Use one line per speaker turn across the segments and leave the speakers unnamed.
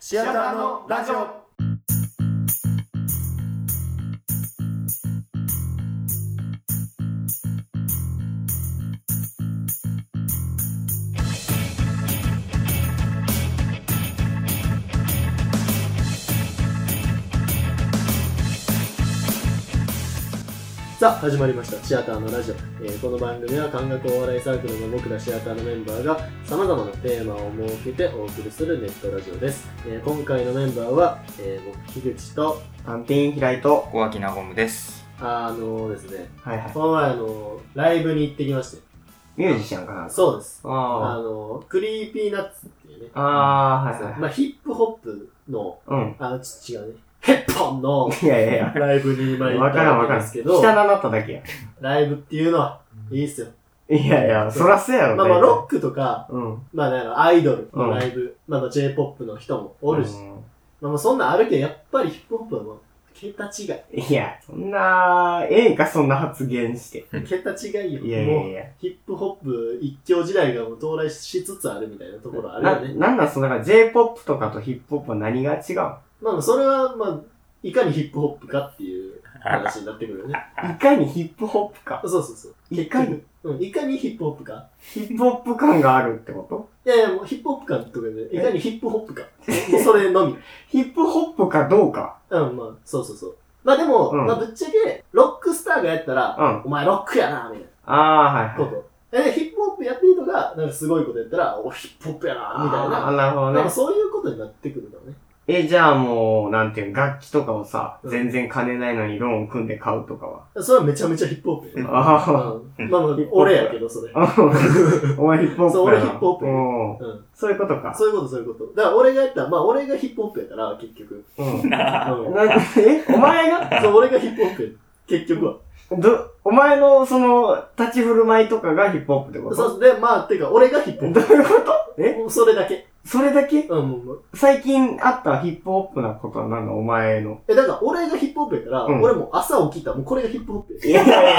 シアターのラジオさあ始まりましたシアターのラジオ、えーこの番組は感覚お笑いサークルの僕らシアターのメンバーがさまざまなテーマを設けてお送りするネットラジオです、えー今回のメンバーは、えー僕樋口と
単品開いと、
小脇なごむ です。
あのですね
はいはい。
この前あのライブに行ってきまして
ミュージシャンかな
そうですあ
あ
のクリーピーナッツっていうね
あ。ああー、はいはい
まあ、ヒップホップの、
はい。
あの、ち違うね、ヘッポンの
うん。いやいやいや。
ライブに今行
わ
っ
からん
た
わ
わけ
か
で
らん。
すけ
下
ど、
だなっただけや。
ライブっていうのは、いいっすよ。
いやいや、そらそうやろ。
まあまあ、ロックとか、
大体うん。
まあ、なんやろアイドルのライブ、まあまあ、J-POP の人もおるし、
う
まあまあ、そんなんあるけど、やっぱりヒップホップはもう、桁違い。
んいや、そんな、ええんか、そんな発言して。
桁違いよ。
いやい
も
や
う
い、や。
ヒップホップ一強時代がもう到来しつつあるみたいなところあるよ
な、
ね。
なんなんその、だから J-POP とかとヒップホップは何が違う
まあまあ、それは、まあ、いかにヒップホップかっていう話になってくるよね。
いかにヒップホップか。
そうそうそう。
いかに
うん、いかにヒップホップか。
ヒップホップ感があるってこと
いやいや、もうヒップホップ感とかで、いかにヒップホップか。もうそれのみ。
ヒップホップかどうか。
うん、まあ、そうそうそう。まあでも、
うん
まあぶっちゃけ、ロックスターがやったら、
うん
お前ロックやな、みたい
ああ、はいは。
ないこと。え、ヒップホップやってる人が、なんかすごいことやったら、お、ヒップホップやな、みたい
あ
な。
ーなるほど
なん
ね
か。そういうことになってくるのね。
え、じゃあもう、なんていうの楽器とかをさ、
うん
全然金ないのにローン組んで買うとかは。
それはめちゃめちゃヒップホップよ。
あ
うん、まあまあ、俺やけど、それ。
あ。 お前ヒップホップ
そう俺ヒップホップ
おー
うん。
そういうことか。
そういうこと、そういうこと。だから俺がやったら、まあ俺がヒップホップやから、結局。
うん。な
うん。
え、お前が
そう、俺がヒップホップや。結局は。
ど、お前のその、立ち振る舞いとかがヒップホップってこと
そう、で、まあ、てか、俺がヒップホッ
どういうこと
プ。もうそれだけ。
それだけ
うん、もうもう、
最近あったヒップホップなことは何だお前の。
え、だから俺がヒップホップやから、
うん
俺もう朝起きた、もうこれがヒップホップや。
いやいやいや。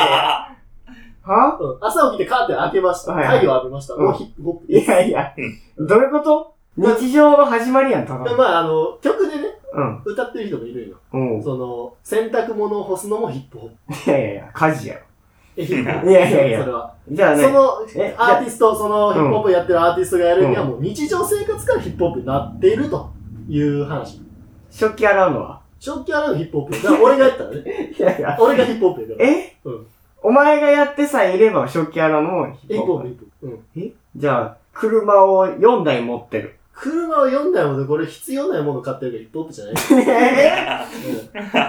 は
うん、朝起きてカーテン開けました。
はいはい
太陽浴びました。
うん
もうヒップホップ
い
です。
やいや。どういうこと日常の始まりやん、ただ
で、
の。
まあ、あの、曲でね、
うん。
歌ってる人もいるんよ。
おう
その、洗濯物を干すのもヒップホップ。
いやいやいや、家事やろ。
え、ヒップホッ
いやいやいや
それは。
じゃあね。
その
え、
アーティスト、その、ヒップホップやってるアーティストがやるには、
うん
もう日常生活からヒップホップになっているという話。
食器洗うのは
食器洗うのヒップホップ。だから俺がやったらね。
いやいや。
俺がヒップホップやから。
え、
うん
お前がやってさえいれば食器洗うのもヒ
ヒ
ッ
ッ
プ
プホ
ホ
ッ
ッ
プ、ヒッ
プ
プホップ。うん。
じゃあ、車を4台持ってる。
車を4台もで、これ必要ないもの買ってるからヒップホップじゃな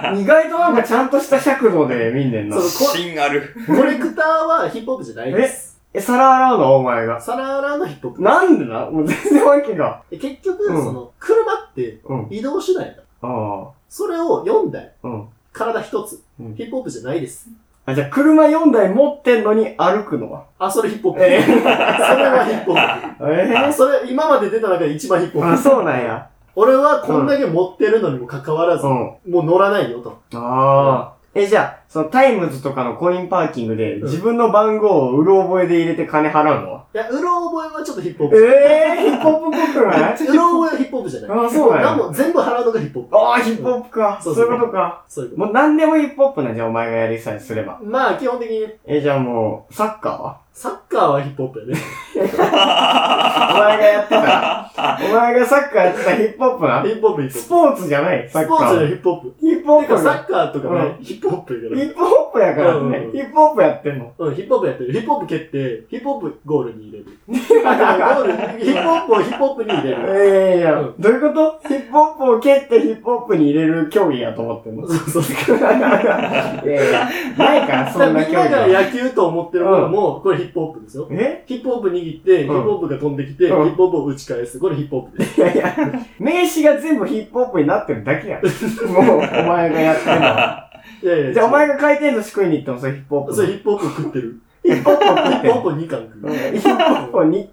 い。うん
意外となんかちゃんとした尺度で見んねんな
そ。うこ
芯ある。
コレクターはヒップホップじゃないです。
え、皿洗うのはお前が。
皿洗うのヒップホップ。
なんでなもう全然わけが。
で結局、
うん
その、車って
うん。
移動手段やから。
あ
それを4台、
あ。うん。
体1つ、
うん
ヒップホップじゃないです。
あ、じゃあ車4台持ってんのに歩くのは
あ、それヒップホップ。
え
それはヒップホップ。
え
あそれ、今まで出た中で一番ヒップホッ
あ、
プ。
そうなんや。
俺はこんだけ持ってるのにもかかわらず、
うん。
もう乗らないよと。
ああ。え、じゃあ、そのタイムズとかのコインパーキングで
ん
自分の番号をうろ覚えで入れて金払うのはい
や、うろ覚えはちょっとヒップホッ
え
プ。
えヒップホップっぽくない
えうろ覚えはヒップホップじゃない。
あ、そうなん
な
や
ん。も全部払うのがヒップホップ。
ああ、ヒップホップか。
そ
そうう
そう
いうことか。
そういうこ
もう何でもヒップホップなんじゃん、お前がやりさえすれば。
と。まあ、基本的にね、
え、じゃあもう、サッカーは
サッカーはヒップホップやね。
お前がやって た。お前がサッカーやってたヒップホップな
ヒ。ップホップ、ヒップホップ。
スポーツじゃない、
ス
サッカ
ポーツの
ー。
ヒップホップ。
ヒップホ
て
ッ
か
プ
サ
が。
ッカーとかね、ヒップホップや
ヒ
から。
ップホップやからね
う。ん
ヒップホップやってんの。
うん、ヒップホップやってる。ヒップホップ蹴って、ヒップホップゴールに入れる。 だからゴール、ヒップホップをヒップホップに入れ
い
る。
やいやいうや、どういうことヒップホップを蹴ってヒップホップに入れる競技やと思ってん の。い
そうそう。
やいや、ないから、
だ
そ
から
んな
みん
競
な
技は。
が野球と思ってるものも、これヒップホップですよ。
え
ヒップホップ握って、ヒップホップが飛んできて、ヒ
うん
ップホップを打ち返す。これヒップホップです。
いやいや、名刺が全部ヒップホップになってるだけやん。もう、お前がやってんのは。
いやいや。
じゃあお前が回転寿司食いに行ってもそれヒップホップ。
そう、ヒップホップ食ってる。
ヒップホップ
ヒップ
食
ホップ2巻食う。
って。ヒップホップに、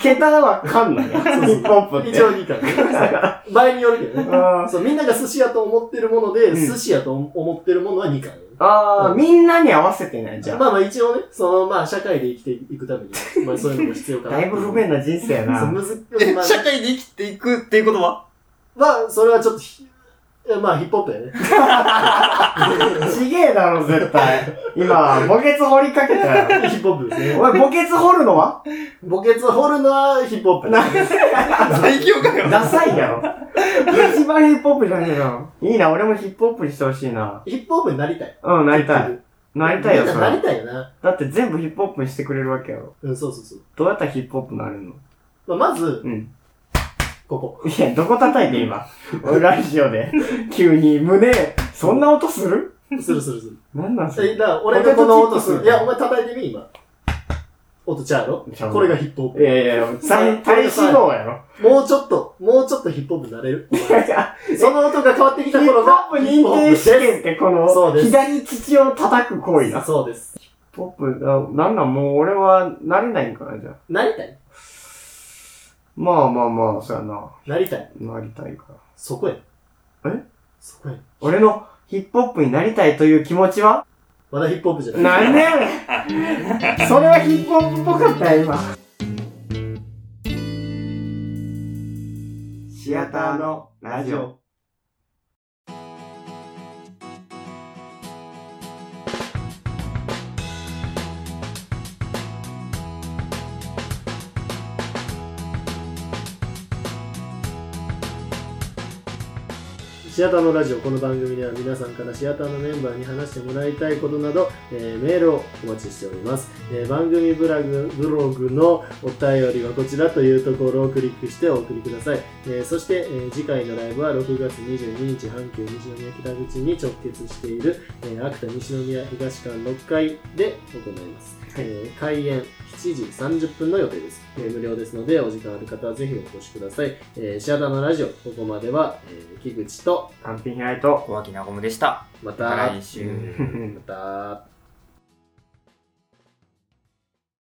桁はかんない。ヒ
そう
ップホップっ
一
て。
応2巻。場合によるけどね。
あー
そう、みんなが寿司屋と思ってるもので、
うん
寿司屋と思ってるものは2巻。
あー、みんなに合わせてないじゃん。
まあまあ一応ね、そのまあ社会で生きていくために、まあそういうのも必要かな。
だいぶ不便な人生や
そう
な。
むず、
え
まあ、
社会で生きていくっていうことは
まあ、それはちょっとひ、えまあ、ヒップホップだよね。
ちげえだろ、絶対。今、墓穴掘りかけたよ。
ヒップホップですね。
おい、墓穴掘るのは
墓穴を掘るのはヒップホップ。
なん
最強かよ。
ダサいやろ。一番ヒップホップじゃねえよ。いいな、俺もヒップホップにしてほしいな。
ヒップホップになりたい。
うん、なりたい。。なりたいよ、
みん
そ
ななり
れ。
たいよな。
だって全部ヒップホップにしてくれるわけよ。
うん、そうそうそう。
どうやったらヒップホップになるの
まあ、まず、
うん。
ここ。
いや、どこ叩いて今。俺ラジオで。急に胸、そんな音する
するするする。
なんなん そ
え、
れ。
だから俺がこの音す
ポ
る。い
テトチ
や、
ップス
お前叩いてみ、今。音ちゃう
ちゃ
やろ
うな
これがヒップホッ
いやいやいや、
最
最、最始動やろ。
プ。もうちょっと、もうちょっとヒップホップになれ る。お
い
前
やいや
その音が変わって
ヒ
き
ップ
た頃が
ホップ認定試験ってこ
そう
の、
です
左乳を叩く行為だ。ヒッ
そうです。
プホップ、あなんなんもう俺はなれないんかな、じゃあ。
なりたい
まあまあまあ、そうやな。
なりたい。
なりたいから。
そこや。
え
そこや。
俺のヒップホップになりたいという気持ちは
まだヒップホップじゃない。
なんでやねんそれはヒップホップっぽかったよ、今。シアターのラジオ。
シアターのラジオ、この番組では皆さんからシアターのメンバーに話してもらいたいことなど、えーメールをお待ちしております。えー番組ブログブログのお便りはこちらというところをクリックしてお送りください。えーそして、えー次回のライブは6月22日、阪急西宮北口に直結している、えー、秋田西宮東館6階で行います。えー開演7時30分の予定です、えー無料ですので、お時間ある方はぜひお越しください。えーシアターのラジオ、ここまでは、えー木口と
単品開いと。
小脇なごむでした。
ま
また
た、
来週。
また。